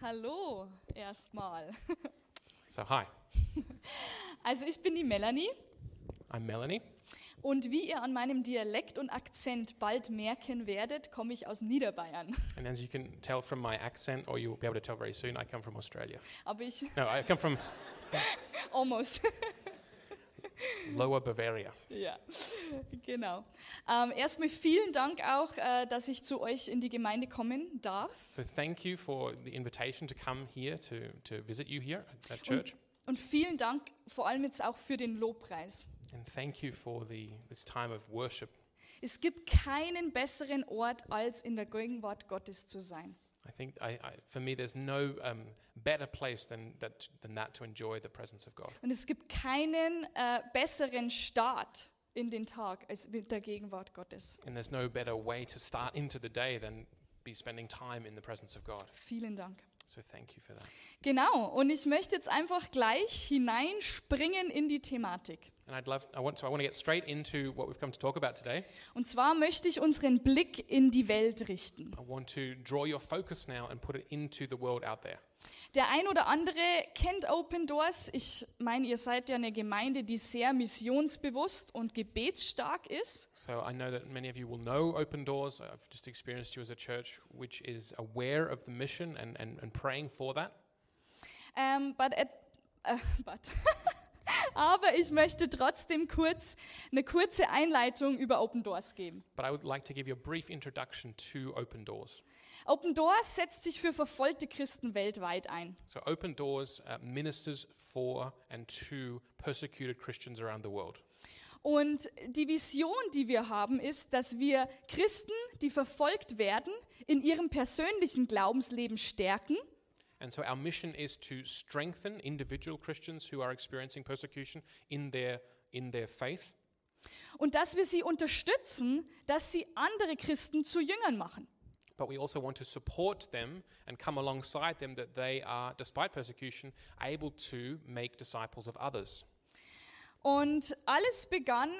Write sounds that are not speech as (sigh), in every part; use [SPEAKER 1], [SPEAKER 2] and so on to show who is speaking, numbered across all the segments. [SPEAKER 1] Hallo erstmal.
[SPEAKER 2] So, hi,
[SPEAKER 1] Also ich bin die Melanie
[SPEAKER 2] I'm Melanie.
[SPEAKER 1] und wie ihr an meinem Dialekt und Akzent bald merken werdet, komme ich aus Niederbayern.
[SPEAKER 2] And as you can tell from my accent, or you'll be able to tell very soon, I come from Australia.
[SPEAKER 1] Aber ich
[SPEAKER 2] No, I come from (laughs)
[SPEAKER 1] almost. (laughs)
[SPEAKER 2] Lower Bavaria.
[SPEAKER 1] ja, genau. Ähm, erstmal vielen Dank auch, äh, dass ich zu euch in die Gemeinde kommen darf.
[SPEAKER 2] So, thank you for the invitation to come here to, to visit you here at,
[SPEAKER 1] Mm.
[SPEAKER 2] at church.
[SPEAKER 1] Und vielen Dank vor allem jetzt auch für den Lobpreis.
[SPEAKER 2] And thank you for the, this time of worship.
[SPEAKER 1] Es gibt keinen besseren Ort, als in der Gegenwart Gottes zu sein.
[SPEAKER 2] I think I, I, for me, there's no um, better place than that, than that to enjoy the presence of God.
[SPEAKER 1] Und es gibt keinen äh, besseren Start in den Tag als mit der Gegenwart Gottes.
[SPEAKER 2] And there's no better way to start into the day than be spending time in the presence of God.
[SPEAKER 1] Vielen Dank.
[SPEAKER 2] So, thank you for that.
[SPEAKER 1] Genau, und ich möchte jetzt einfach gleich hineinspringen in die Thematik.
[SPEAKER 2] And I'd love, I want to, I want to get straight into what we've come to talk about today.
[SPEAKER 1] Und zwar möchte ich unseren Blick in die Welt richten.
[SPEAKER 2] I want to draw your focus now and put it into the world out there.
[SPEAKER 1] Der ein oder andere kennt Open Doors. Ich meine, ihr seid ja eine Gemeinde, die sehr missionsbewusst und gebetsstark ist.
[SPEAKER 2] So I know that many of you will know Open Doors. I've just experienced you as a church which is aware of the mission and, and, and praying for that.
[SPEAKER 1] Ähm, but at, äh, (laughs) but. Aber ich möchte trotzdem kurz eine kurze Einleitung über Open Doors geben.
[SPEAKER 2] But I would like to give you a brief introduction to Open Doors.
[SPEAKER 1] Open Doors setzt sich für verfolgte Christen weltweit ein.
[SPEAKER 2] So Open Doors uh, ministers for and to persecuted Christians around the world.
[SPEAKER 1] Und die Vision, die wir haben, ist, dass wir Christen, die verfolgt werden, in ihrem persönlichen Glaubensleben stärken
[SPEAKER 2] And so our mission is to strengthen individual Christians who are experiencing persecution in their in their faith
[SPEAKER 1] und dass wir sie unterstützen, dass sie andere Christen zu Jüngern machen.
[SPEAKER 2] but we also want to support them and come alongside them that they are, despite persecution, able to make disciples of others.
[SPEAKER 1] Und alles begann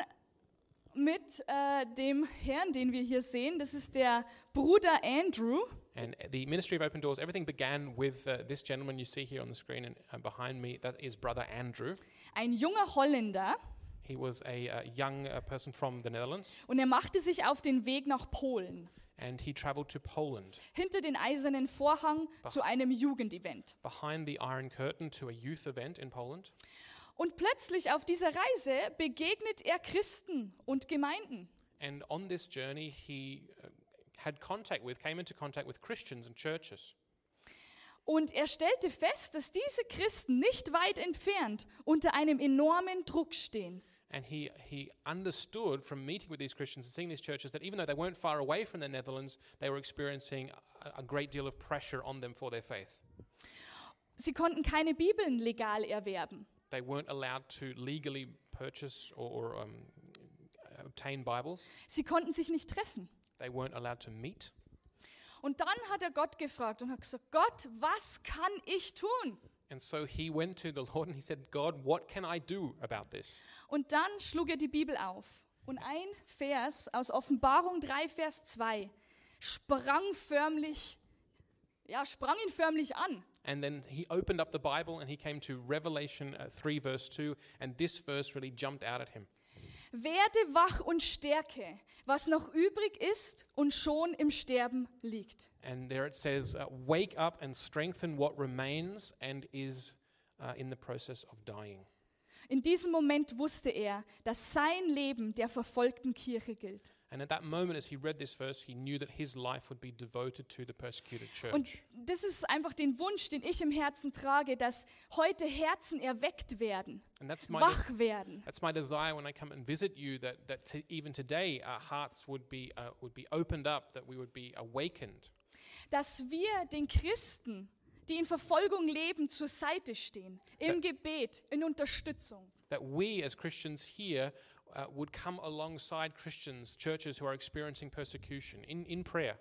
[SPEAKER 1] mit äh, dem Herrn, den wir hier sehen. Das ist der Bruder Andrew.
[SPEAKER 2] And the ministry of open doors, everything began with uh, this gentleman you see here on the screen and uh, behind me. That is Brother Andrew.
[SPEAKER 1] ein junger Holländer
[SPEAKER 2] He was a uh, young uh, person from the Netherlands,
[SPEAKER 1] und er machte sich auf den Weg nach Polen,
[SPEAKER 2] and he traveled to Poland
[SPEAKER 1] hinter den eisernen Vorhang zu einem Jugendevent.
[SPEAKER 2] behind the Iron Curtain to a youth event in Poland.
[SPEAKER 1] Und plötzlich auf dieser Reise begegnet er Christen und Gemeinden.
[SPEAKER 2] And on this journey, he uh, had contact with, came into contact with Christians and churches.
[SPEAKER 1] Und er stellte fest, dass diese Christen nicht weit entfernt unter einem enormen Druck stehen.
[SPEAKER 2] And he, he understood from meeting with these Christians and seeing these churches that even though they weren't far away from the Netherlands, they were experiencing a, a great deal of pressure on them for their faith.
[SPEAKER 1] Sie konnten keine Bibeln legal erwerben.
[SPEAKER 2] They weren't allowed to legally purchase or, or um, obtain Bibles,
[SPEAKER 1] Sie konnten sich nicht treffen.
[SPEAKER 2] they weren't allowed to meet.
[SPEAKER 1] Und dann hat er Gott gefragt und hat gesagt, Gott, was kann ich tun?
[SPEAKER 2] And so he went to the (laughs) Lord and he said, God, what can I do about this?
[SPEAKER 1] Und dann schlug er die Bibel auf. Und ein Vers aus Offenbarung 3, Vers 2 sprang förmlich, ja, sprang ihn förmlich an.
[SPEAKER 2] And then he opened up the Bible and he came to Revelation uh, 3, verse 2, and this verse really jumped out at him.
[SPEAKER 1] Werde wach und stärke, was noch übrig ist und schon im Sterben liegt.
[SPEAKER 2] And there it says, uh, Wake up and strengthen what remains and is uh, in the process of dying.
[SPEAKER 1] In diesem Moment wusste er, dass sein Leben der verfolgten Kirche gilt.
[SPEAKER 2] And at that moment, as he read this verse, he knew that his life would be devoted to the persecuted church.
[SPEAKER 1] Und das ist einfach den Wunsch, den ich im Herzen trage, dass heute Herzen erweckt werden,
[SPEAKER 2] and that's my, de-
[SPEAKER 1] wach werden.
[SPEAKER 2] that's my desire when I come and visit you that, that to, even today our hearts would be, uh, would be opened up, that we would be awakened.
[SPEAKER 1] dass wir den Christen, die in Verfolgung leben, zur Seite stehen, im Gebet, in Unterstützung.
[SPEAKER 2] that we as Christians here uh, would come alongside Christians, churches who are experiencing persecution in, in prayer.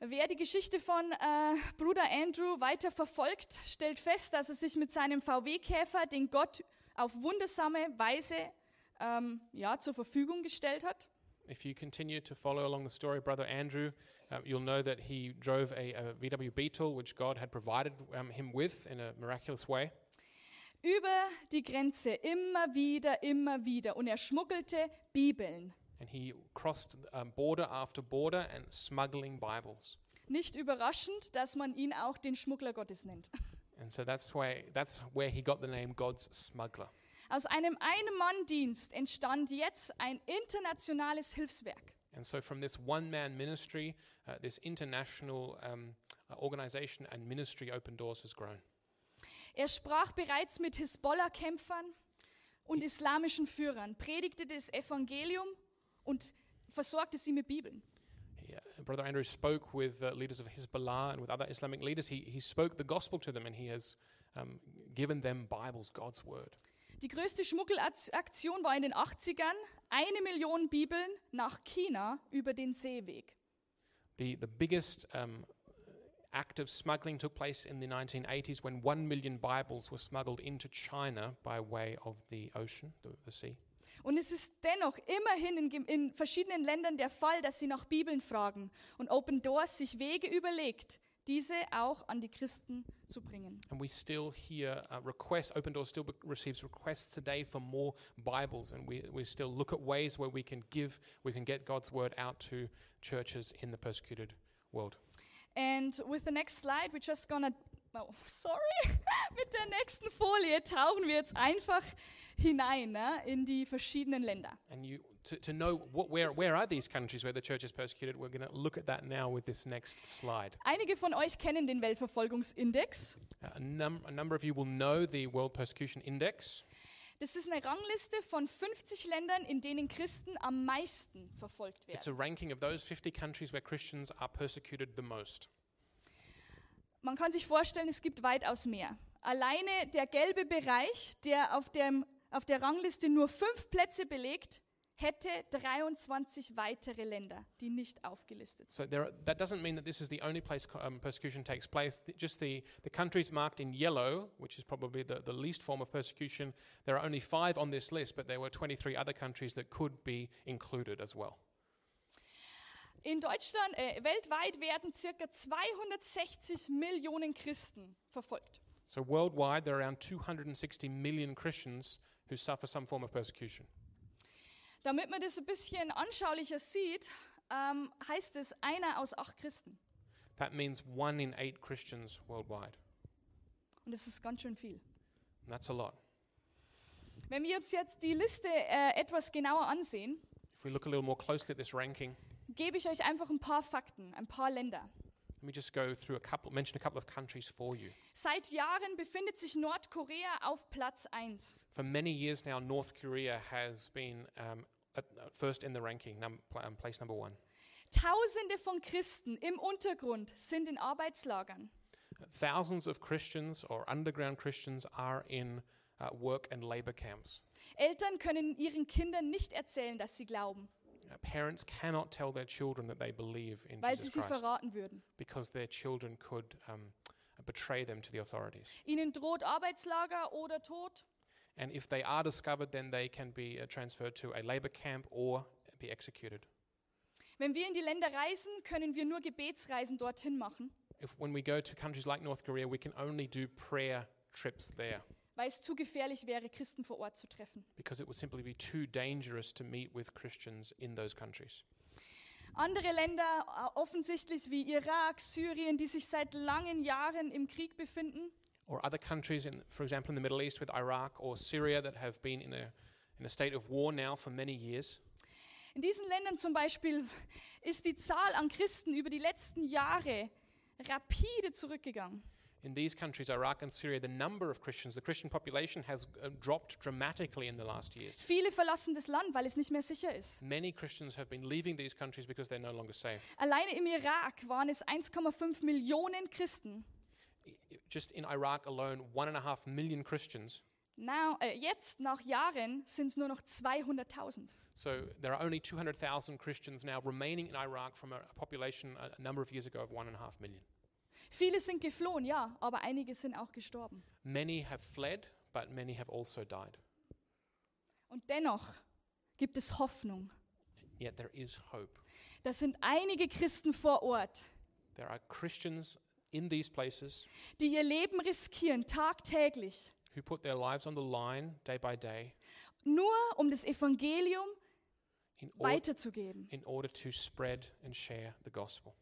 [SPEAKER 1] Wer die Geschichte von äh, Bruder Andrew weiter verfolgt, stellt fest, dass er sich mit seinem VW-Käfer, den Gott auf wundersame Weise ähm, ja, zur Verfügung gestellt hat,
[SPEAKER 2] If you continue to follow along the story, Brother Andrew, um, you'll know that he drove a, a VW Beetle, which God had provided um, him with in a miraculous way.
[SPEAKER 1] über die Grenze immer wieder, immer wieder. Und er schmuggelte Bibeln.
[SPEAKER 2] And he crossed um, border after border and smuggling Bibles.
[SPEAKER 1] Nicht überraschend, dass man ihn auch den Schmuggler Gottes nennt.
[SPEAKER 2] And so that's why that's where he got the name God's smuggler.
[SPEAKER 1] Aus einem Ein-Mann-Dienst entstand jetzt ein internationales Hilfswerk.
[SPEAKER 2] And so from this one-man ministry, uh, this international um, uh, organization and ministry, Open Doors has grown.
[SPEAKER 1] Er sprach bereits mit Hisbollah-Kämpfern und islamischen Führern, predigte das Evangelium und versorgte sie mit Bibeln.
[SPEAKER 2] He, uh, Brother Andrew spoke with uh, leaders of Hezbollah and with other Islamic leaders. He, he spoke the gospel to them, and he has um, given them Bibles, God's word.
[SPEAKER 1] Die größte Schmuggelaktion war in den 80ern eine Million Bibeln nach China über den Seeweg.
[SPEAKER 2] The, the biggest um, act of smuggling took place in the 1980s when one million Bibles were smuggled into China by way of the ocean, the, the sea.
[SPEAKER 1] Und es ist dennoch immerhin in, gem- in verschiedenen Ländern der Fall, dass sie nach Bibeln fragen und Open Doors sich Wege überlegt, diese auch an die Christen zu bringen.
[SPEAKER 2] And we still hear uh, requests. Open Doors still be- receives requests today for more Bibles, and we, we still look at ways where we can give, we can get God's word out to churches in the persecuted world.
[SPEAKER 1] And with the next slide, we're just gonna. Oh, sorry. (laughs) Mit der nächsten Folie tauchen wir jetzt einfach hinein ne, in die verschiedenen Länder.
[SPEAKER 2] And you to, to know what, where where are these countries where the church is persecuted? We're going to look at that now with this next slide.
[SPEAKER 1] Einige von euch kennen den Weltverfolgungsindex.
[SPEAKER 2] Uh, a, num- a number of you will know the World Persecution Index.
[SPEAKER 1] Das ist eine Rangliste von 50 Ländern, in denen Christen am meisten verfolgt werden.
[SPEAKER 2] It's a ranking of those 50 countries where Christians are persecuted the most.
[SPEAKER 1] Man kann sich vorstellen, es gibt weitaus mehr. Alleine der gelbe Bereich, der auf, dem, auf der Rangliste nur fünf Plätze belegt, hätte 23 weitere Länder, die nicht aufgelistet sind.
[SPEAKER 2] So there are, that doesn't mean that this is the only place co- um, persecution takes place. Th- just the, the countries marked in yellow, which is probably the, the least form of persecution, there are only five on this list, but there were 23 other countries that could be included as well.
[SPEAKER 1] In Deutschland, äh, weltweit werden circa 260 Millionen Christen verfolgt.
[SPEAKER 2] So worldwide, there are around 260 million Christians who suffer some form of persecution.
[SPEAKER 1] Damit man das ein bisschen anschaulicher sieht, ähm, heißt es einer aus acht Christen.
[SPEAKER 2] That means one in eight Christians worldwide.
[SPEAKER 1] Und das ist ganz schön viel.
[SPEAKER 2] And that's a lot.
[SPEAKER 1] Wenn wir uns jetzt die Liste äh, etwas genauer ansehen,
[SPEAKER 2] If we look a little more closely at this ranking,
[SPEAKER 1] gebe ich euch einfach ein paar Fakten, ein paar Länder.
[SPEAKER 2] let me just go through a couple, mention a couple of countries for you.
[SPEAKER 1] Seit Jahren befindet sich Nordkorea auf Platz 1.
[SPEAKER 2] For many years now, North Korea has been um, at, at first in the ranking, num- pla- um, place number one.
[SPEAKER 1] Tausende von Christen im Untergrund sind in Arbeitslagern.
[SPEAKER 2] Thousands of Christians or underground Christians are in uh, work and labor camps.
[SPEAKER 1] Eltern können ihren Kindern nicht erzählen, dass sie glauben,
[SPEAKER 2] Uh, parents cannot tell their children that they believe in
[SPEAKER 1] weil sie
[SPEAKER 2] Jesus
[SPEAKER 1] sie
[SPEAKER 2] Christ
[SPEAKER 1] verraten würden.
[SPEAKER 2] because their children could um, betray them to the authorities.
[SPEAKER 1] Ihnen droht Arbeitslager oder Tod.
[SPEAKER 2] And if they are discovered, then they can be uh, transferred to a labor camp or be executed.
[SPEAKER 1] Wenn wir in die Länder reisen, können wir nur Gebetsreisen dorthin machen,
[SPEAKER 2] If when we go to countries like North Korea, we can only do prayer trips there.
[SPEAKER 1] weil es zu gefährlich wäre, Christen vor Ort zu treffen.
[SPEAKER 2] because it would simply be too dangerous to meet with Christians in those countries.
[SPEAKER 1] Andere Länder, äh, offensichtlich wie Irak, Syrien, die sich seit langen Jahren im Krieg befinden,
[SPEAKER 2] Or other countries, in, for example, in the Middle East with Iraq or Syria, that have been in a, in a state of war now for many years.
[SPEAKER 1] In diesen Ländern zum Beispiel (laughs) ist die Zahl an Christen über die letzten Jahre rapide zurückgegangen.
[SPEAKER 2] In these countries, Iraq and Syria, the number of Christians, the Christian population has uh, dropped dramatically in the last years.
[SPEAKER 1] Viele verlassen das Land, weil es nicht mehr sicher ist.
[SPEAKER 2] Many Christians have been leaving these countries because they're no longer safe.
[SPEAKER 1] Alleine im Irak waren es 1,5 Millionen Christen.
[SPEAKER 2] I- i- Just in Iraq alone, one and a half million Christians.
[SPEAKER 1] Now, äh, jetzt, nach Jahren, sind es nur noch 200.000.
[SPEAKER 2] So there are only 200,000 Christians now remaining in Iraq from a, a population a, a number of years ago of one and a half million.
[SPEAKER 1] Viele sind geflohen, ja, aber einige sind auch gestorben.
[SPEAKER 2] Many have fled, but many have also died.
[SPEAKER 1] Und dennoch gibt es Hoffnung.
[SPEAKER 2] Yet there is hope.
[SPEAKER 1] Da sind einige Christen vor Ort,
[SPEAKER 2] There are Christians in these places
[SPEAKER 1] die ihr Leben riskieren, tagtäglich,
[SPEAKER 2] who put their lives on the line day by day
[SPEAKER 1] nur um das Evangelium
[SPEAKER 2] in, or-
[SPEAKER 1] weiterzugeben.
[SPEAKER 2] in order to spread and share the gospel.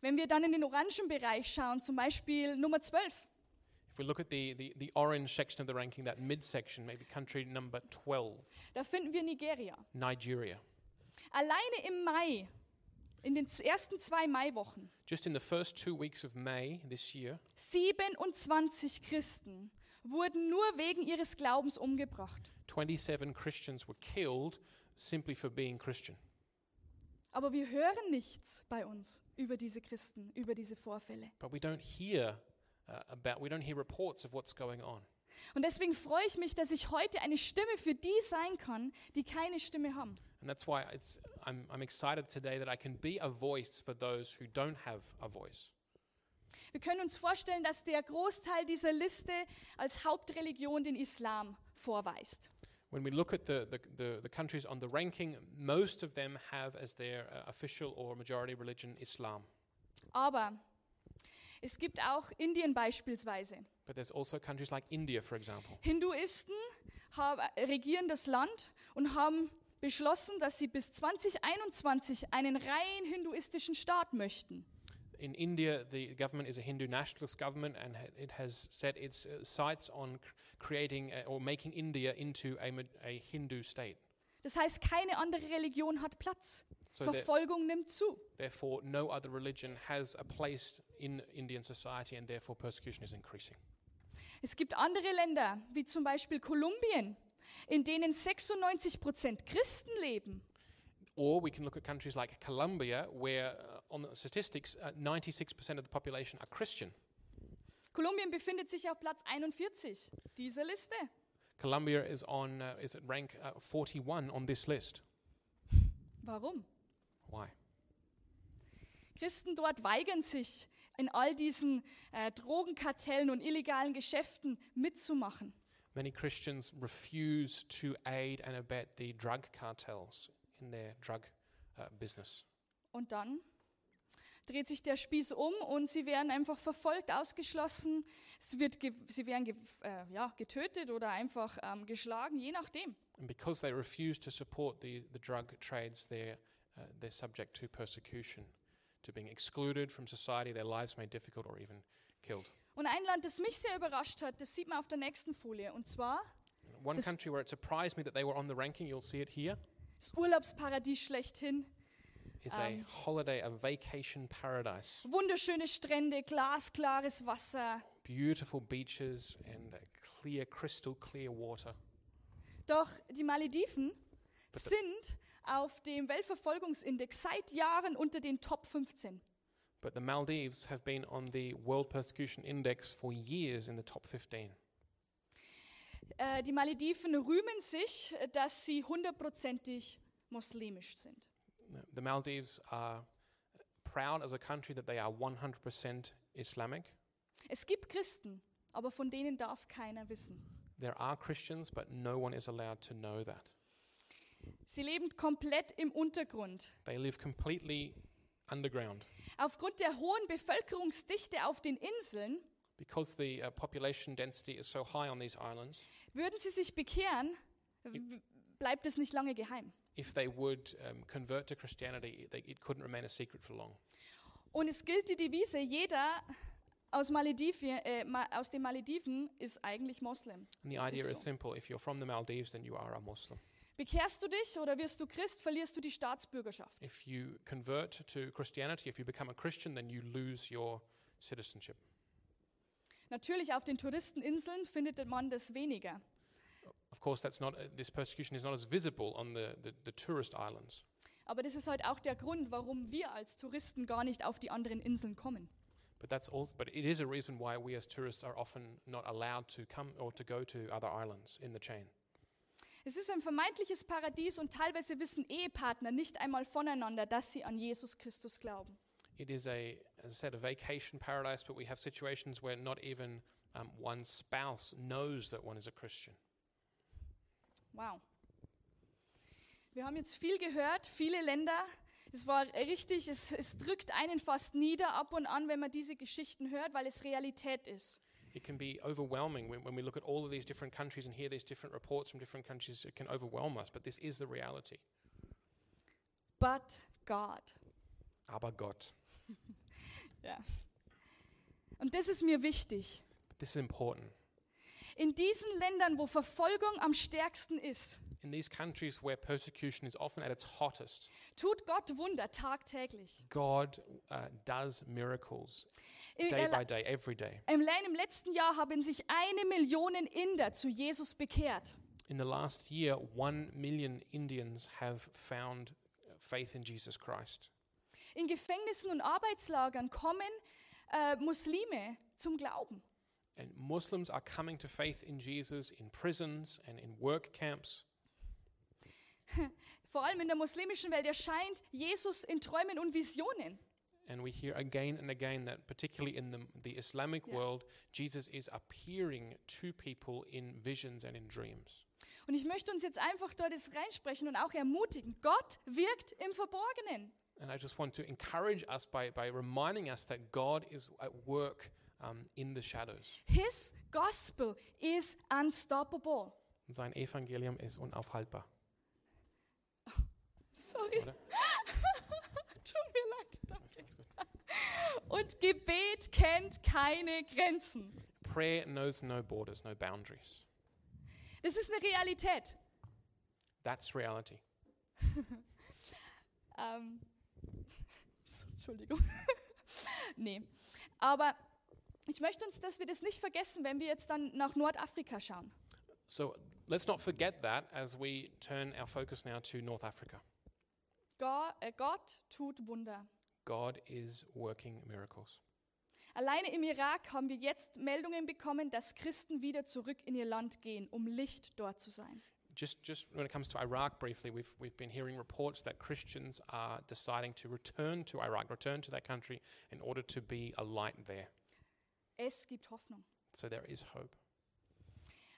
[SPEAKER 1] Wenn wir dann in den orangen Bereich schauen, zum Beispiel Nummer 12,
[SPEAKER 2] If we look at the, the, the orange section of the ranking, that mid section, maybe country number 12,
[SPEAKER 1] da finden wir Nigeria.
[SPEAKER 2] Nigeria.
[SPEAKER 1] Alleine im Mai, in den z- ersten zwei Maiwochen,
[SPEAKER 2] Just in the first two weeks of May this year,
[SPEAKER 1] 27 Christen wurden nur wegen ihres Glaubens umgebracht.
[SPEAKER 2] 27 Christians were killed simply for being Christian.
[SPEAKER 1] Aber wir hören nichts bei uns über diese Christen, über diese Vorfälle.
[SPEAKER 2] But we don't hear uh, about, we don't hear reports of what's going on.
[SPEAKER 1] Und deswegen freue ich mich, dass ich heute eine Stimme für die sein kann, die keine Stimme haben.
[SPEAKER 2] And that's why it's, I'm, I'm excited today that I can be a voice for those who don't have a voice.
[SPEAKER 1] Wir können uns vorstellen, dass der Großteil dieser Liste als Hauptreligion den Islam vorweist.
[SPEAKER 2] When we look at the, the, the, the countries on the ranking, most of them have as their uh, official or majority religion Islam.
[SPEAKER 1] Aber es gibt auch Indien beispielsweise.
[SPEAKER 2] But there's also countries like India, for example.
[SPEAKER 1] Hinduisten haben, regieren das Land und haben beschlossen, dass sie bis 2021 einen rein hinduistischen Staat möchten.
[SPEAKER 2] In India, the government is a Hindu nationalist government, and ha- it has set its uh, sights on cr- creating uh, or making India into a, ma- a Hindu state.
[SPEAKER 1] Das heißt, keine andere Religion hat Platz.
[SPEAKER 2] So there-
[SPEAKER 1] Verfolgung nimmt zu.
[SPEAKER 2] therefore, no other religion has a place in Indian society, and therefore, persecution is increasing.
[SPEAKER 1] Es gibt andere Länder, wie zum Beispiel Kolumbien, in denen 96 Prozent Christen leben.
[SPEAKER 2] Or we can look at countries like Colombia, where uh, on the statistics, uh, 96% of the population are Christian.
[SPEAKER 1] Kolumbien befindet sich auf Platz 41 dieser Liste.
[SPEAKER 2] Colombia is on uh, is at rank uh, 41 on this list.
[SPEAKER 1] Warum?
[SPEAKER 2] Why?
[SPEAKER 1] Christen dort weigern sich, in all diesen äh, Drogenkartellen und illegalen Geschäften mitzumachen.
[SPEAKER 2] Many Christians refuse to aid and abet the drug cartels in their drug uh, business.
[SPEAKER 1] Und dann dreht sich der Spieß um und sie werden einfach verfolgt, ausgeschlossen. Es wird ge sie werden ge äh, ja, getötet oder einfach ähm, geschlagen, je nachdem.
[SPEAKER 2] And because they refuse to support the, the drug trades, they're, uh, they're subject to persecution, to being excluded from society, their lives made difficult, or even killed.
[SPEAKER 1] Und ein Land, das mich sehr überrascht hat, das sieht man auf der nächsten Folie, und zwar
[SPEAKER 2] One
[SPEAKER 1] This-
[SPEAKER 2] country where it surprised me that they were on the ranking, you'll see it here,
[SPEAKER 1] das Urlaubsparadies schlechthin.
[SPEAKER 2] is
[SPEAKER 1] Um,
[SPEAKER 2] a holiday, a vacation paradise.
[SPEAKER 1] Wunderschöne Strände, glasklares Wasser.
[SPEAKER 2] Beautiful beaches and uh, clear, crystal clear water.
[SPEAKER 1] Doch die Malediven
[SPEAKER 2] Bitte.
[SPEAKER 1] sind auf dem Weltverfolgungsindex seit Jahren unter den Top 15.
[SPEAKER 2] But the Maldives have been on the World Persecution Index for years in the top 15.
[SPEAKER 1] Äh, die Malediven rühmen sich, äh, dass sie hundertprozentig muslimisch sind.
[SPEAKER 2] The Maldives are proud as a country that they are 100% Islamic.
[SPEAKER 1] Es gibt Christen, aber von denen darf keiner wissen.
[SPEAKER 2] There are Christians, but no one is allowed to know that.
[SPEAKER 1] Sie leben komplett im Untergrund.
[SPEAKER 2] They live completely underground.
[SPEAKER 1] Aufgrund der hohen Bevölkerungsdichte auf den Inseln
[SPEAKER 2] Because the uh, population density is so high on these islands,
[SPEAKER 1] würden sie sich bekehren, w- bleibt es nicht lange geheim.
[SPEAKER 2] if they would um, convert to Christianity, it- they, it couldn't remain a secret for long.
[SPEAKER 1] Und es gilt die Devise, jeder aus, Maledivien, äh, Ma- aus den Malediven ist eigentlich Moslem.
[SPEAKER 2] And the idea is
[SPEAKER 1] so.
[SPEAKER 2] simple if you're from the Maldives, then you are a Muslim.
[SPEAKER 1] Bekehrst du dich oder wirst du Christ, verlierst du die Staatsbürgerschaft.
[SPEAKER 2] If you convert to Christianity, if you become a Christian, then you lose your citizenship.
[SPEAKER 1] Natürlich auf den Touristeninseln findet man das weniger.
[SPEAKER 2] Of course, that's not, uh, this persecution is not as visible on the, the, the tourist islands.
[SPEAKER 1] Aber das ist heute auch der Grund, warum wir als Touristen gar nicht auf die anderen Inseln kommen.
[SPEAKER 2] But, that's also, but it is a reason why we as tourists are often not allowed to come or to go to other islands in the chain.
[SPEAKER 1] Es ist ein vermeintliches Paradies und teilweise wissen Ehepartner nicht einmal voneinander, dass sie an Jesus Christus glauben.
[SPEAKER 2] It is a, as I said, a vacation paradise, but we have situations where not even um, one spouse knows that one is a Christian.
[SPEAKER 1] Wow. Wir haben jetzt viel gehört, viele Länder. Es war richtig, es, es drückt einen fast nieder ab und an, wenn man diese Geschichten hört, weil es Realität ist.
[SPEAKER 2] It can be overwhelming when, when we look at all of these different countries and hear these different reports from different countries. It can overwhelm us, but this is the reality.
[SPEAKER 1] But God.
[SPEAKER 2] Aber Gott.
[SPEAKER 1] Ja. Und das ist mir wichtig.
[SPEAKER 2] This is important.
[SPEAKER 1] In diesen Ländern, wo Verfolgung am stärksten ist,
[SPEAKER 2] In these countries where persecution is often at its hottest,
[SPEAKER 1] tut Gott Wunder tagtäglich.
[SPEAKER 2] God uh, does miracles
[SPEAKER 1] Im,
[SPEAKER 2] day by
[SPEAKER 1] Erla-
[SPEAKER 2] day, every day.
[SPEAKER 1] im, Le- Im letzten Jahr haben sich eine Million Inder zu Jesus bekehrt.
[SPEAKER 2] In the last year, one million Indians have found uh, faith in Jesus Christ.
[SPEAKER 1] In Gefängnissen und Arbeitslagern kommen äh, Muslime zum Glauben.
[SPEAKER 2] And Muslims are coming to faith in Jesus in prisons and in work camps.
[SPEAKER 1] Vor allem in der muslimischen Welt erscheint Jesus in Träumen und Visionen.
[SPEAKER 2] And we hear again and again that, particularly in the, the Islamic
[SPEAKER 1] Yeah.
[SPEAKER 2] world, Jesus is appearing to people in visions and in dreams.
[SPEAKER 1] Und ich möchte uns jetzt einfach dort das reinsprechen und auch ermutigen. Gott wirkt im Verborgenen.
[SPEAKER 2] And I just want to encourage us by, by reminding us that God is at work um, in the shadows.
[SPEAKER 1] His gospel is unstoppable.
[SPEAKER 2] Sein Evangelium ist unaufhaltbar.
[SPEAKER 1] Sorry.
[SPEAKER 2] Oder?
[SPEAKER 1] (laughs) Tut mir leid.
[SPEAKER 2] Ist
[SPEAKER 1] Danke.
[SPEAKER 2] alles gut?
[SPEAKER 1] Und Gebet kennt keine Grenzen.
[SPEAKER 2] Prayer knows no borders, no boundaries.
[SPEAKER 1] Das ist eine Realität.
[SPEAKER 2] That's reality.
[SPEAKER 1] Ähm, (laughs) Entschuldigung. (laughs) nee. Aber ich möchte uns, dass wir das nicht vergessen, wenn wir jetzt dann nach Nordafrika schauen.
[SPEAKER 2] So let's not forget that as we turn our focus now to North Africa.
[SPEAKER 1] Gott, äh, Gott tut Wunder.
[SPEAKER 2] God is working miracles.
[SPEAKER 1] Alleine im Irak haben wir jetzt Meldungen bekommen, dass Christen wieder zurück in ihr Land gehen, um Licht dort zu sein.
[SPEAKER 2] Just, just when it comes to Iraq briefly, we've, we've been hearing reports that Christians are deciding to return to Iraq, return to that country in order to be a light there.
[SPEAKER 1] Es gibt Hoffnung.
[SPEAKER 2] So there is hope.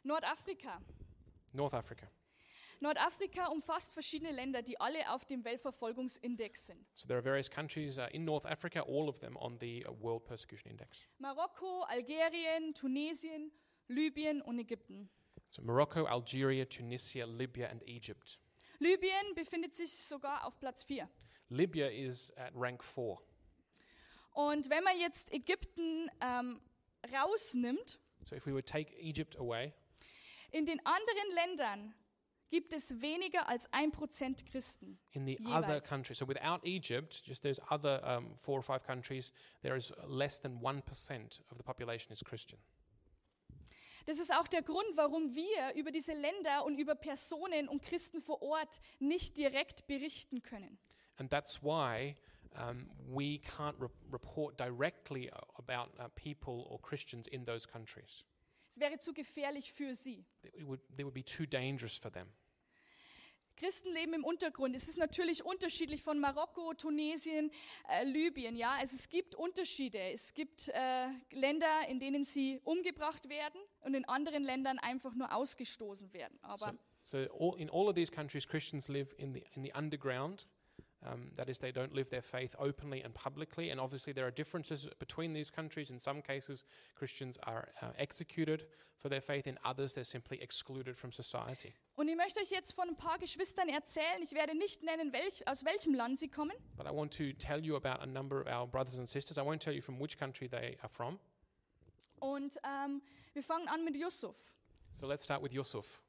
[SPEAKER 1] Nordafrika.
[SPEAKER 2] North Africa.
[SPEAKER 1] Nordafrika umfasst verschiedene Länder, die alle auf dem Weltverfolgungsindex sind.
[SPEAKER 2] So there are various countries uh, in North Africa, all of them on the uh, World Persecution Index.
[SPEAKER 1] Marokko, Algerien, Tunesien, Libyen und Ägypten.
[SPEAKER 2] So Morocco, Algeria, Tunisia, Libya, and Egypt.
[SPEAKER 1] Libyen befindet sich sogar auf Platz 4.
[SPEAKER 2] Libya is at rank four.
[SPEAKER 1] Und wenn man jetzt Ägypten ähm, rausnimmt,
[SPEAKER 2] So if we would take Egypt away,
[SPEAKER 1] in den anderen Ländern gibt es weniger als 1% Christen.
[SPEAKER 2] in the other
[SPEAKER 1] Jeweils.
[SPEAKER 2] countries, so without Egypt, just those other um, four or five countries, there is less than 1% of the population is Christian.
[SPEAKER 1] Das ist auch der Grund, warum wir über diese Länder und über Personen und Christen vor Ort nicht direkt berichten können.
[SPEAKER 2] And that's why um, we can't re- report directly uh, about uh, people or Christians in those countries.
[SPEAKER 1] Es wäre zu gefährlich für sie.
[SPEAKER 2] It would, they would be too dangerous for them.
[SPEAKER 1] Christen leben im Untergrund. Es ist natürlich unterschiedlich von Marokko, Tunesien, äh, Libyen. Ja, also es gibt Unterschiede. Es gibt äh, Länder, in denen sie umgebracht werden und in anderen Ländern einfach nur ausgestoßen werden.
[SPEAKER 2] So,
[SPEAKER 1] Aber
[SPEAKER 2] so all, in all of these countries, Christians live in the, in the underground. Um, that is, they don't live their faith openly and publicly. And obviously, there are differences between these countries. In some cases, Christians are uh, executed for their faith. In others, they're simply excluded from society.
[SPEAKER 1] und ich möchte euch jetzt von ein paar Geschwistern erzählen. Ich werde nicht nennen, welch, aus welchem Land sie kommen.
[SPEAKER 2] But I want to tell you about a number of our brothers and sisters. I won't tell you from which country they are from.
[SPEAKER 1] Und ähm, wir fangen an mit Yusuf.
[SPEAKER 2] So let's start with Yusuf.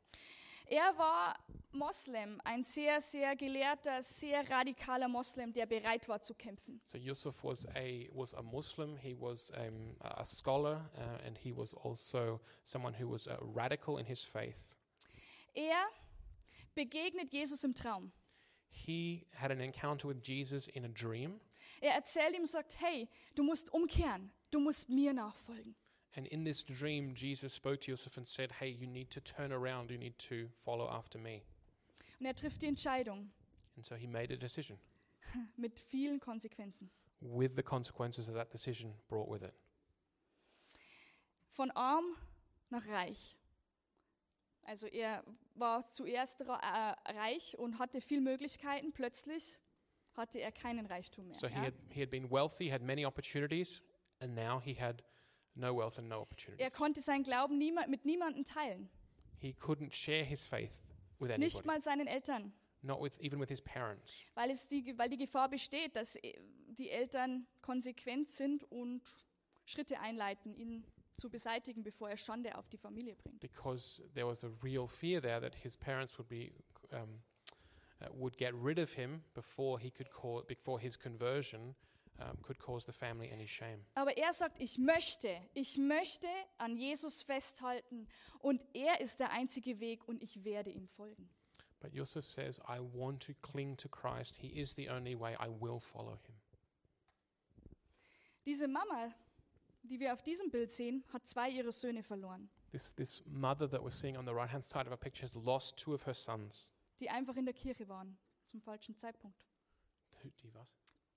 [SPEAKER 1] Er war Moslem, ein sehr, sehr gelehrter, sehr radikaler Moslem, der bereit war zu kämpfen.
[SPEAKER 2] So Yusuf was a was a Muslim. He was um, a- a scholar, uh, and he was also someone who was uh, radical in his faith.
[SPEAKER 1] Er begegnet Jesus im Traum.
[SPEAKER 2] he had an encounter with Jesus in a dream,
[SPEAKER 1] Er erzählt ihm, sagt, hey, du musst umkehren, du musst mir nachfolgen.
[SPEAKER 2] and in this dream, Jesus spoke to Yusuf and said, Hey, you need to turn around, you need to follow after me.
[SPEAKER 1] Und er trifft die Entscheidung
[SPEAKER 2] And so he made a decision
[SPEAKER 1] mit vielen Konsequenzen.
[SPEAKER 2] with the consequences that that decision brought with it
[SPEAKER 1] Von arm nach reich, Also er war zuerst ra- äh, reich und hatte viel Möglichkeiten. Plötzlich hatte er keinen Reichtum mehr.
[SPEAKER 2] So he
[SPEAKER 1] ja.
[SPEAKER 2] had, he had been wealthy, had many opportunities, and now he had no wealth and no opportunities.
[SPEAKER 1] Er konnte seinen Glauben niema mit niemandem teilen,
[SPEAKER 2] He couldn't share his faith with
[SPEAKER 1] nicht
[SPEAKER 2] anybody,
[SPEAKER 1] mal seinen Eltern,
[SPEAKER 2] not with even with his parents,
[SPEAKER 1] weil, es die, weil die Gefahr besteht, dass äh, die Eltern konsequent sind und Schritte einleiten, ihn zu beseitigen, bevor er Schande auf die Familie bringt.
[SPEAKER 2] because there was a real fear there that his parents would be um, uh, would get rid of him before he could call, before his conversion um, could cause the family any shame.
[SPEAKER 1] Aber er sagt, ich möchte, ich möchte an Jesus festhalten und er ist der einzige Weg und ich werde ihm folgen.
[SPEAKER 2] But Yusuf says, "I want to cling to Christ. He is the only way. I will follow him."
[SPEAKER 1] Diese Mama, die wir auf diesem Bild sehen, hat zwei ihrer Söhne verloren,
[SPEAKER 2] This this mother that we're seeing on the right hand side of our picture has lost two of her sons.
[SPEAKER 1] die einfach in der Kirche waren, zum falschen Zeitpunkt.
[SPEAKER 2] Who- do you ask?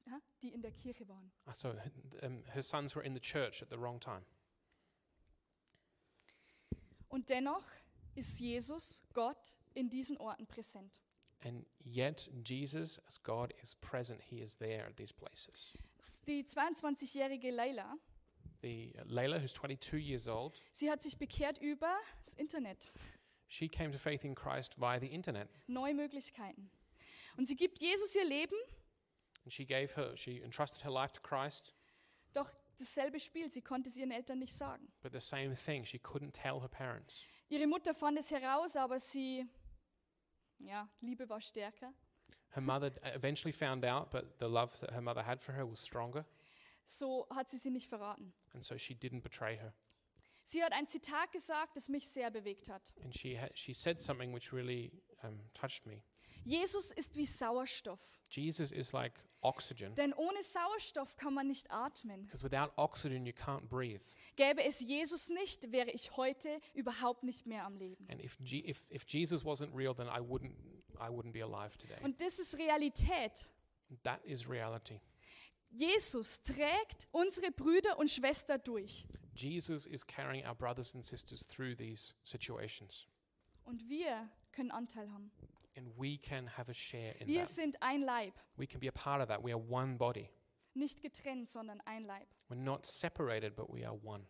[SPEAKER 1] Ja, die in der Kirche waren.
[SPEAKER 2] Ah, so h- um, her sons were in the church at the wrong time.
[SPEAKER 1] Und dennoch ist Jesus, Gott, in diesen Orten präsent.
[SPEAKER 2] And yet, Jesus, as God, is present. He is there at these places.
[SPEAKER 1] Die 22-jährige Leila,
[SPEAKER 2] The uh, Layla, who's 22 years old,
[SPEAKER 1] sie hat sich bekehrt über das Internet.
[SPEAKER 2] she came to faith in Christ via the internet,
[SPEAKER 1] Neue Möglichkeiten. Und sie gibt Jesus ihr Leben
[SPEAKER 2] and she gave her, she entrusted her life to Christ.
[SPEAKER 1] Doch dasselbe Spiel, sie konnte es ihren Eltern nicht sagen.
[SPEAKER 2] But the same thing, she couldn't tell her parents.
[SPEAKER 1] Ihre Mutter fand es heraus, aber sie, ja, Liebe war stärker.
[SPEAKER 2] Her mother d- eventually found out, but the love that her mother had for her was stronger,
[SPEAKER 1] So hat sie sie nicht verraten.
[SPEAKER 2] and so she didn't betray her.
[SPEAKER 1] Sie hat ein Zitat gesagt, das mich sehr bewegt hat.
[SPEAKER 2] And she ha- she said something which really um, touched me.
[SPEAKER 1] Jesus ist wie Sauerstoff,
[SPEAKER 2] Jesus is like oxygen,
[SPEAKER 1] denn ohne Sauerstoff kann man nicht atmen.
[SPEAKER 2] because without oxygen you can't breathe.
[SPEAKER 1] Gäbe es Jesus nicht, wäre ich heute überhaupt nicht mehr am Leben.
[SPEAKER 2] And if, G- if, if Jesus wasn't real, then I wouldn't, I wouldn't be alive today.
[SPEAKER 1] Und das ist Realität.
[SPEAKER 2] that is reality.
[SPEAKER 1] Jesus trägt unsere Brüder und Schwestern durch.
[SPEAKER 2] Jesus is carrying our brothers and sisters through these situations.
[SPEAKER 1] Und wir können Anteil haben.
[SPEAKER 2] And we can have a share in
[SPEAKER 1] Wir
[SPEAKER 2] that.
[SPEAKER 1] sind ein Leib.
[SPEAKER 2] We can be a part of that. We are one body.
[SPEAKER 1] nicht getrennt, sondern ein Leib.
[SPEAKER 2] We're not separated, but we are one.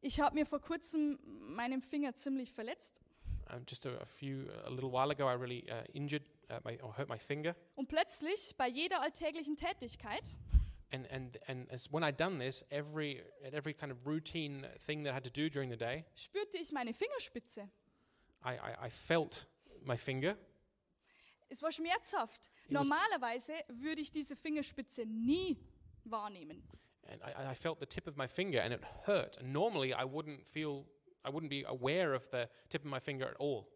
[SPEAKER 1] Ich habe mir vor kurzem meinen Finger ziemlich verletzt
[SPEAKER 2] Um, just a, a few, a little while ago, I really uh, injured uh, my, or hurt my finger.
[SPEAKER 1] und plötzlich bei jeder alltäglichen Tätigkeit
[SPEAKER 2] And, and, and as when I'd done this, every, at every kind of routine thing that I had to do during the day,
[SPEAKER 1] spürte ich meine Fingerspitze.
[SPEAKER 2] I, I, I felt my finger.
[SPEAKER 1] Es war schmerzhaft.
[SPEAKER 2] Ich muss-
[SPEAKER 1] Normalerweise würde ich diese Fingerspitze nie wahrnehmen.
[SPEAKER 2] and I- I, I felt the tip of my finger and it hurt. And normally I wouldn't feel, I wouldn't be aware of the tip of my finger at all.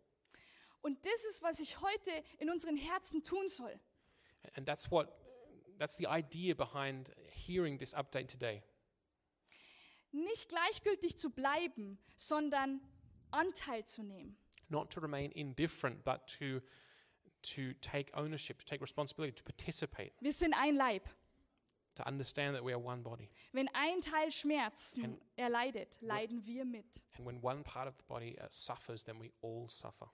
[SPEAKER 1] Und das ist, was ich heute in unseren Herzen tun soll.
[SPEAKER 2] A- And that's what, that's the idea behind hearing this update today.
[SPEAKER 1] Nicht gleichgültig zu bleiben, sondern Anteil zu nehmen.
[SPEAKER 2] Not to remain indifferent, but to, to take ownership, to take responsibility, to participate,
[SPEAKER 1] Wir sind ein Leib.
[SPEAKER 2] to understand that we are one body.
[SPEAKER 1] Wenn ein Teil Schmerzen
[SPEAKER 2] Can-
[SPEAKER 1] erleidet, leiden wir mit.
[SPEAKER 2] And when one part of the body uh, suffers, then we all suffer.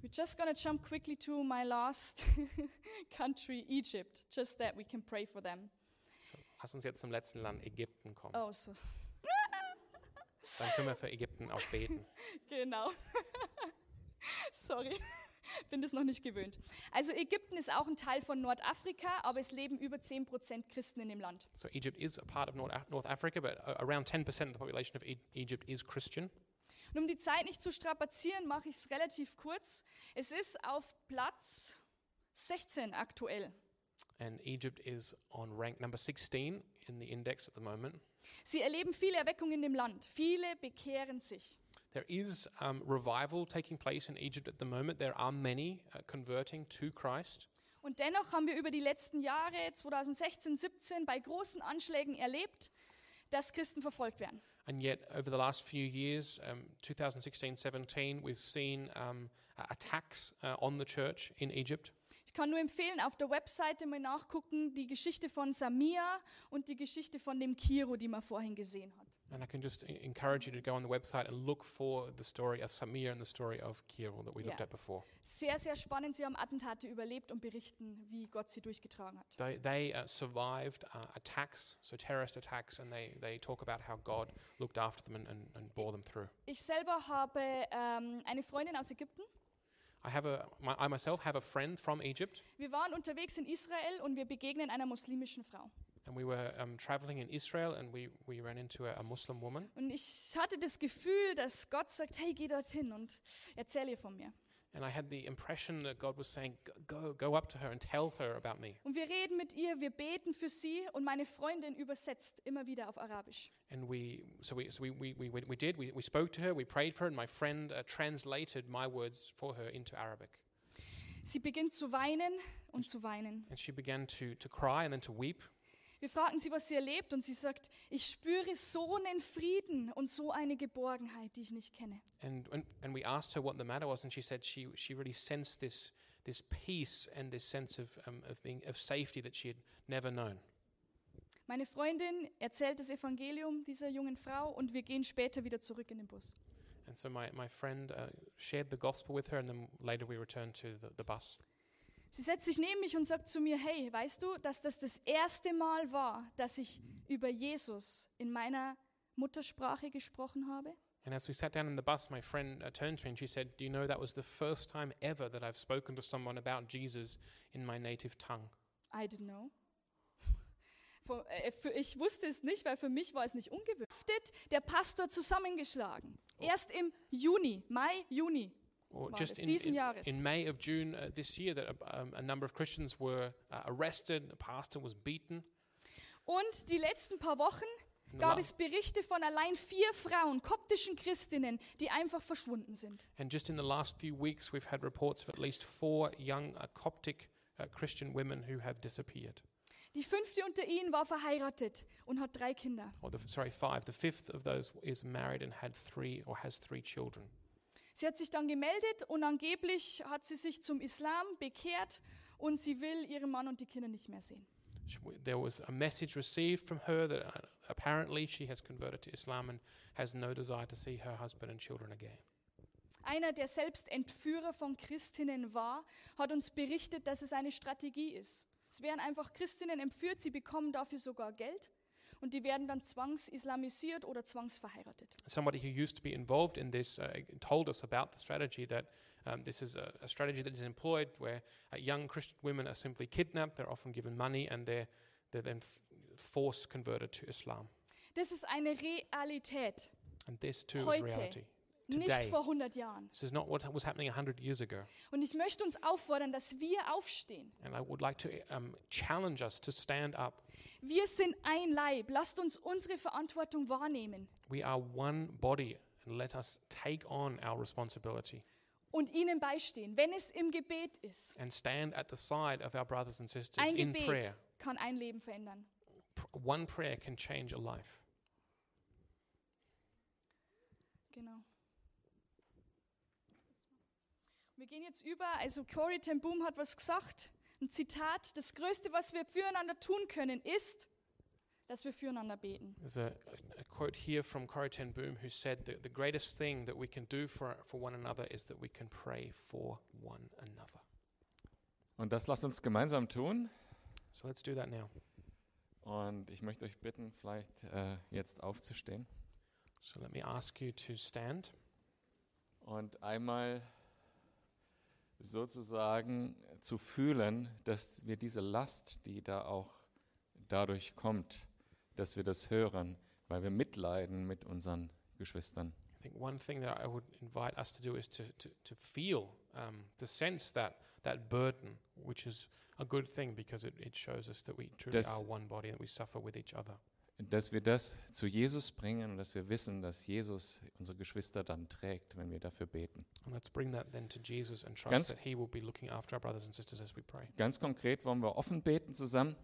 [SPEAKER 1] We're just going to jump quickly to my last (laughs) country, Egypt, just that we can pray for them.
[SPEAKER 2] Lass uns jetzt zum letzten Land Ägypten kommen.
[SPEAKER 1] Oh, so, (laughs)
[SPEAKER 2] Dann können wir für Ägypten auch beten.
[SPEAKER 1] genau. (laughs) Sorry, (laughs) bin das noch nicht gewöhnt. Also Ägypten ist auch ein Teil von Nordafrika, aber es leben über 10% Christen in dem Land.
[SPEAKER 2] So Egypt is a part of North, Af- North Africa, but uh, around 10% of the population of E- Egypt is Christian.
[SPEAKER 1] Und um die Zeit nicht zu strapazieren, mache ich es relativ kurz. Es ist auf Platz 16 aktuell.
[SPEAKER 2] And Egypt is on rank number 16 in the index at the moment.
[SPEAKER 1] Sie erleben viel Erweckung in dem Land. Viele bekehren sich.
[SPEAKER 2] There is um, revival taking place in Egypt at the moment. There are many uh, converting to Christ.
[SPEAKER 1] Und dennoch haben wir über die letzten Jahre 2016, 17 bei großen Anschlägen erlebt, dass Christen verfolgt werden.
[SPEAKER 2] And yet, over the last few years, um, 2016 17, we've seen um, a- attacks uh, on the church in Egypt.
[SPEAKER 1] Ich kann nur empfehlen, auf der Webseite mal nachgucken, die Geschichte von Samia und die Geschichte von dem Kiro, die man vorhin gesehen hat.
[SPEAKER 2] And I can just e- encourage you to go on the website and look for the story of Samir and the story of Kiril that we looked
[SPEAKER 1] Yeah.
[SPEAKER 2] at before.
[SPEAKER 1] Sehr, sehr spannend. Sie haben Attentate überlebt und berichten, wie Gott sie durchgetragen hat.
[SPEAKER 2] They, they uh, survived uh, attacks, so terrorist attacks, and they, they talk about how God looked after them and, and, and bore them through.
[SPEAKER 1] Ich selber habe ähm, eine Freundin aus Ägypten.
[SPEAKER 2] I, have a, my, I myself have a friend from Egypt,
[SPEAKER 1] Wir waren unterwegs in Israel und wir begegnen einer muslimischen Frau.
[SPEAKER 2] and we were um, traveling in Israel, and we, we ran into a, a Muslim woman.
[SPEAKER 1] Und ich hatte das Gefühl, dass Gott sagt, hey, geh dorthin und erzähl ihr von mir.
[SPEAKER 2] And I had the impression that God was saying, "G- Go, go up to her and tell her about me.
[SPEAKER 1] Und wir reden mit ihr, wir beten für sie und meine Freundin übersetzt immer wieder auf Arabisch.
[SPEAKER 2] And we, so we, so we, we, we, we did. We, we spoke to her, we prayed for her, and my friend uh, translated my words for her into Arabic.
[SPEAKER 1] Sie beginnt zu weinen und zu weinen.
[SPEAKER 2] And she began to, to cry and then to weep.
[SPEAKER 1] Wir fragen sie, was sie erlebt und sie sagt, ich spüre so einen Frieden und so eine Geborgenheit, die ich nicht kenne.
[SPEAKER 2] And, and, and we asked her what the matter was, and she said she, she really sensed this, this peace and this sense of, um, of, being, of safety that she had never known.
[SPEAKER 1] Meine Freundin erzählt das Evangelium dieser jungen Frau und wir gehen später wieder zurück in den Bus.
[SPEAKER 2] And so my, my friend uh, shared the gospel with her, and then later we returned to the, the bus.
[SPEAKER 1] Sie setzt sich neben mich und sagt zu mir, hey, weißt du, dass das das erste Mal war, dass ich über Jesus in meiner Muttersprache gesprochen habe?
[SPEAKER 2] And as we sat down in the bus, my friend uh, turned to me and she said, Do you know that was the first time ever that I've spoken to someone about Jesus in my native tongue?
[SPEAKER 1] I didn't know. Von- äh, für- Ich wusste es nicht, weil für mich war es nicht ungewöhnlich. Der Pastor zusammengeschlagen. Erst im Juni, Mai, Juni.
[SPEAKER 2] Or
[SPEAKER 1] Wow,
[SPEAKER 2] just
[SPEAKER 1] it's
[SPEAKER 2] in,
[SPEAKER 1] diesen
[SPEAKER 2] in,
[SPEAKER 1] Jahres.
[SPEAKER 2] in May of June uh, this year, that a, um, a number of Christians were uh, arrested, a pastor was beaten.
[SPEAKER 1] Und die letzten paar Wochen
[SPEAKER 2] And the
[SPEAKER 1] gab
[SPEAKER 2] la-
[SPEAKER 1] es Berichte von allein vier Frauen, koptischen Christinnen, die einfach verschwunden sind.
[SPEAKER 2] and just in the last few weeks, we've had reports of at least four young uh, Coptic uh, Christian women who have disappeared.
[SPEAKER 1] Die fünfte unter ihnen war verheiratet und hat drei Kinder.
[SPEAKER 2] Or the, f- sorry, five. The fifth of those is married and had three or has three children.
[SPEAKER 1] Sie hat sich dann gemeldet und angeblich hat sie sich zum Islam bekehrt und sie will ihren Mann und die Kinder nicht mehr sehen.
[SPEAKER 2] Sh- w- There was a message received from her that uh, apparently she has converted to Islam and has no desire to see her husband and children again.
[SPEAKER 1] Einer, der selbst Entführer von Christinnen war, hat uns berichtet, dass es eine Strategie ist. Es werden einfach Christinnen entführt, sie bekommen dafür sogar Geld und die werden dann zwangsislamisiert oder zwangsverheiratet.
[SPEAKER 2] Somebody who used to be involved in this uh, told us about the strategy that um, this is a, a strategy that is employed where uh, young Christian women are simply kidnapped, they're often given money, and they're, they're then f- force converted to Islam.
[SPEAKER 1] Das ist eine Realität,
[SPEAKER 2] And this too
[SPEAKER 1] Heute.
[SPEAKER 2] is reality.
[SPEAKER 1] nicht
[SPEAKER 2] Today.
[SPEAKER 1] vor 100 Jahren.
[SPEAKER 2] This is not what was happening 100 years ago.
[SPEAKER 1] Und ich möchte uns auffordern, dass wir aufstehen.
[SPEAKER 2] And I would like to um, challenge us to stand up.
[SPEAKER 1] Wir sind ein Leib. Lasst uns unsere Verantwortung wahrnehmen
[SPEAKER 2] We are one body, and let us take on our responsibility
[SPEAKER 1] und ihnen beistehen, wenn es im Gebet ist.
[SPEAKER 2] and stand at the side of our brothers and sisters
[SPEAKER 1] Ein
[SPEAKER 2] in
[SPEAKER 1] Gebet
[SPEAKER 2] prayer.
[SPEAKER 1] kann ein Leben verändern.
[SPEAKER 2] P- one prayer can change a life.
[SPEAKER 1] Genau. Wir gehen jetzt über, also Corey Ten Boom hat was gesagt, ein Zitat, das Größte, was wir füreinander tun können, ist, dass wir füreinander beten.
[SPEAKER 2] There's a, a quote here from Corrie Ten Boom who said that the greatest thing that we can do for, for one another is that we can pray for one another.
[SPEAKER 3] Und das lasst uns gemeinsam tun.
[SPEAKER 2] So let's do that now.
[SPEAKER 3] Und ich möchte euch bitten, vielleicht äh, jetzt aufzustehen
[SPEAKER 2] So let me ask you to stand
[SPEAKER 3] und einmal sozusagen zu fühlen, dass wir diese Last, die da auch dadurch kommt, dass wir das hören, weil wir mitleiden mit unseren Geschwistern.
[SPEAKER 2] I think one thing that I would invite us to do is to, to, to feel, um, to sense that, that burden, which is a good thing because it, it shows us that we truly
[SPEAKER 3] Das-
[SPEAKER 2] are one body and we suffer with each other.
[SPEAKER 3] Dass wir das zu Jesus bringen und dass wir wissen, dass Jesus unsere Geschwister dann trägt, wenn wir dafür beten.
[SPEAKER 2] And let's bring that then to Jesus and trust
[SPEAKER 3] Ganz-
[SPEAKER 2] that He will be looking after our brothers and sisters as we pray.
[SPEAKER 3] Ganz konkret wollen wir offen beten zusammen.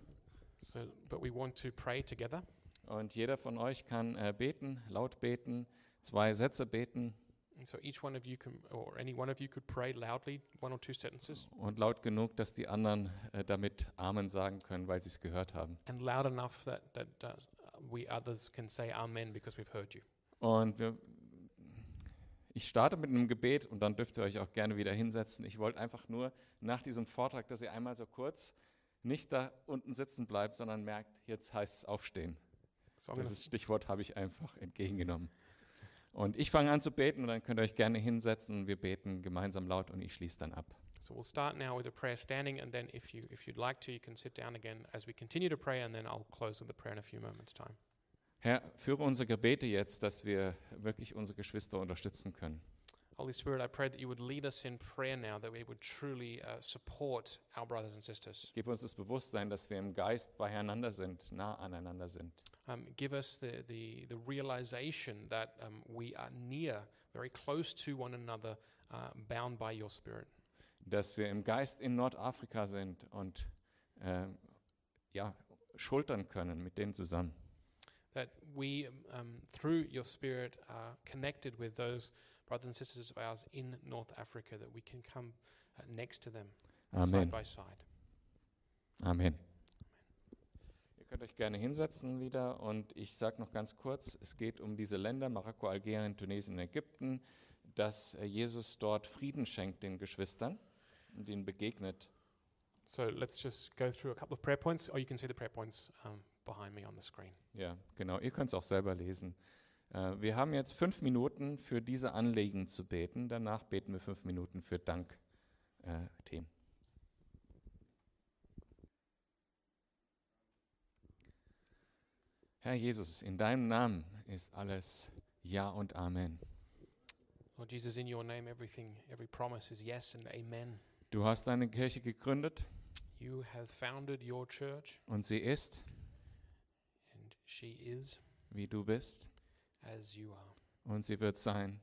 [SPEAKER 2] So, but we want to pray together.
[SPEAKER 3] Und jeder von euch kann äh, beten, laut beten, zwei Sätze beten
[SPEAKER 2] And so each one of you can, or any one of you could pray loudly, one or two sentences,
[SPEAKER 3] und laut genug, dass die anderen äh, damit Amen sagen können, weil sie es gehört haben.
[SPEAKER 2] and loud enough that, that uh, we others can say Amen because we've heard you.
[SPEAKER 3] Und wir, ich starte mit einem Gebet und dann dürft ihr euch auch gerne wieder hinsetzen. Ich wollte einfach nur nach diesem Vortrag, dass ihr einmal so kurz nicht da unten sitzen bleibt, sondern merkt, jetzt heißt es aufstehen.
[SPEAKER 2] So I'm gonna
[SPEAKER 3] Dieses Stichwort habe ich einfach entgegengenommen. Und ich fange an zu beten und dann könnt ihr euch gerne hinsetzen und wir beten gemeinsam laut und ich schließe dann ab.
[SPEAKER 2] So we'll start now with a prayer standing, and then if you if you'd like to, you can sit down again as we continue to pray, and then I'll close with a prayer in a few moments' time.
[SPEAKER 3] Herr, führe unsere Gebete jetzt, dass wir wirklich unsere Geschwister unterstützen können.
[SPEAKER 2] Holy Spirit, I pray that you would lead us in prayer now, that we would truly uh, support our brothers and sisters.
[SPEAKER 3] Gib uns das Bewusstsein, dass wir im Geist beieinander sind, nah aneinander sind.
[SPEAKER 2] Um, give us the the the realization that um, we are near, very close to one another, uh, bound by your Spirit.
[SPEAKER 3] Dass wir im Geist in Nordafrika sind und äh, ja, schultern können mit denen zusammen.
[SPEAKER 2] That we, um, um, through your Spirit, are connected with those brothers and sisters of ours in North Africa, that we can come uh, next to them, side
[SPEAKER 3] Amen.
[SPEAKER 2] by side.
[SPEAKER 3] Amen. Ihr könnt euch gerne hinsetzen wieder und ich sage noch ganz kurz, es geht um diese Länder, Marokko, Algerien, Tunesien, Ägypten, dass äh, Jesus dort Frieden schenkt den Geschwistern und ihnen begegnet.
[SPEAKER 2] So let's just go through a couple of prayer points, or you can see the prayer points um, behind me on the screen.
[SPEAKER 3] Ja, genau, ihr könnt es auch selber lesen. Äh, Wir haben jetzt fünf Minuten für diese Anliegen zu beten, danach beten wir fünf Minuten für Dankthemen. Äh, Themen. Herr Jesus, in deinem Namen ist alles Ja und Amen.
[SPEAKER 2] Lord Jesus, in your name, everything, every promise is yes and amen.
[SPEAKER 3] Du hast deine Kirche gegründet
[SPEAKER 2] You have founded your church,
[SPEAKER 3] und sie ist,
[SPEAKER 2] and she is
[SPEAKER 3] wie du bist,
[SPEAKER 2] as you are,
[SPEAKER 3] und sie wird sein,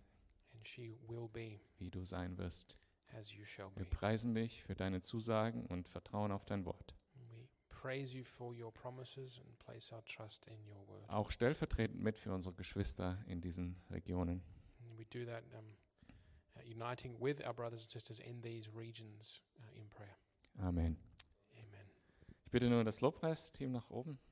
[SPEAKER 2] and she will be
[SPEAKER 3] wie du sein wirst.
[SPEAKER 2] as you shall be.
[SPEAKER 3] Wir preisen dich für deine Zusagen und vertrauen auf dein Wort.
[SPEAKER 2] And We praise you for your promises and place our trust in your word.
[SPEAKER 3] auch stellvertretend mit für unsere Geschwister in diesen Regionen.
[SPEAKER 2] And we do that um, uh, uniting with our brothers and sisters in these regions uh, in prayer.
[SPEAKER 3] Amen.
[SPEAKER 2] Amen.
[SPEAKER 3] Ich bitte nur das Lobpreisteam nach oben.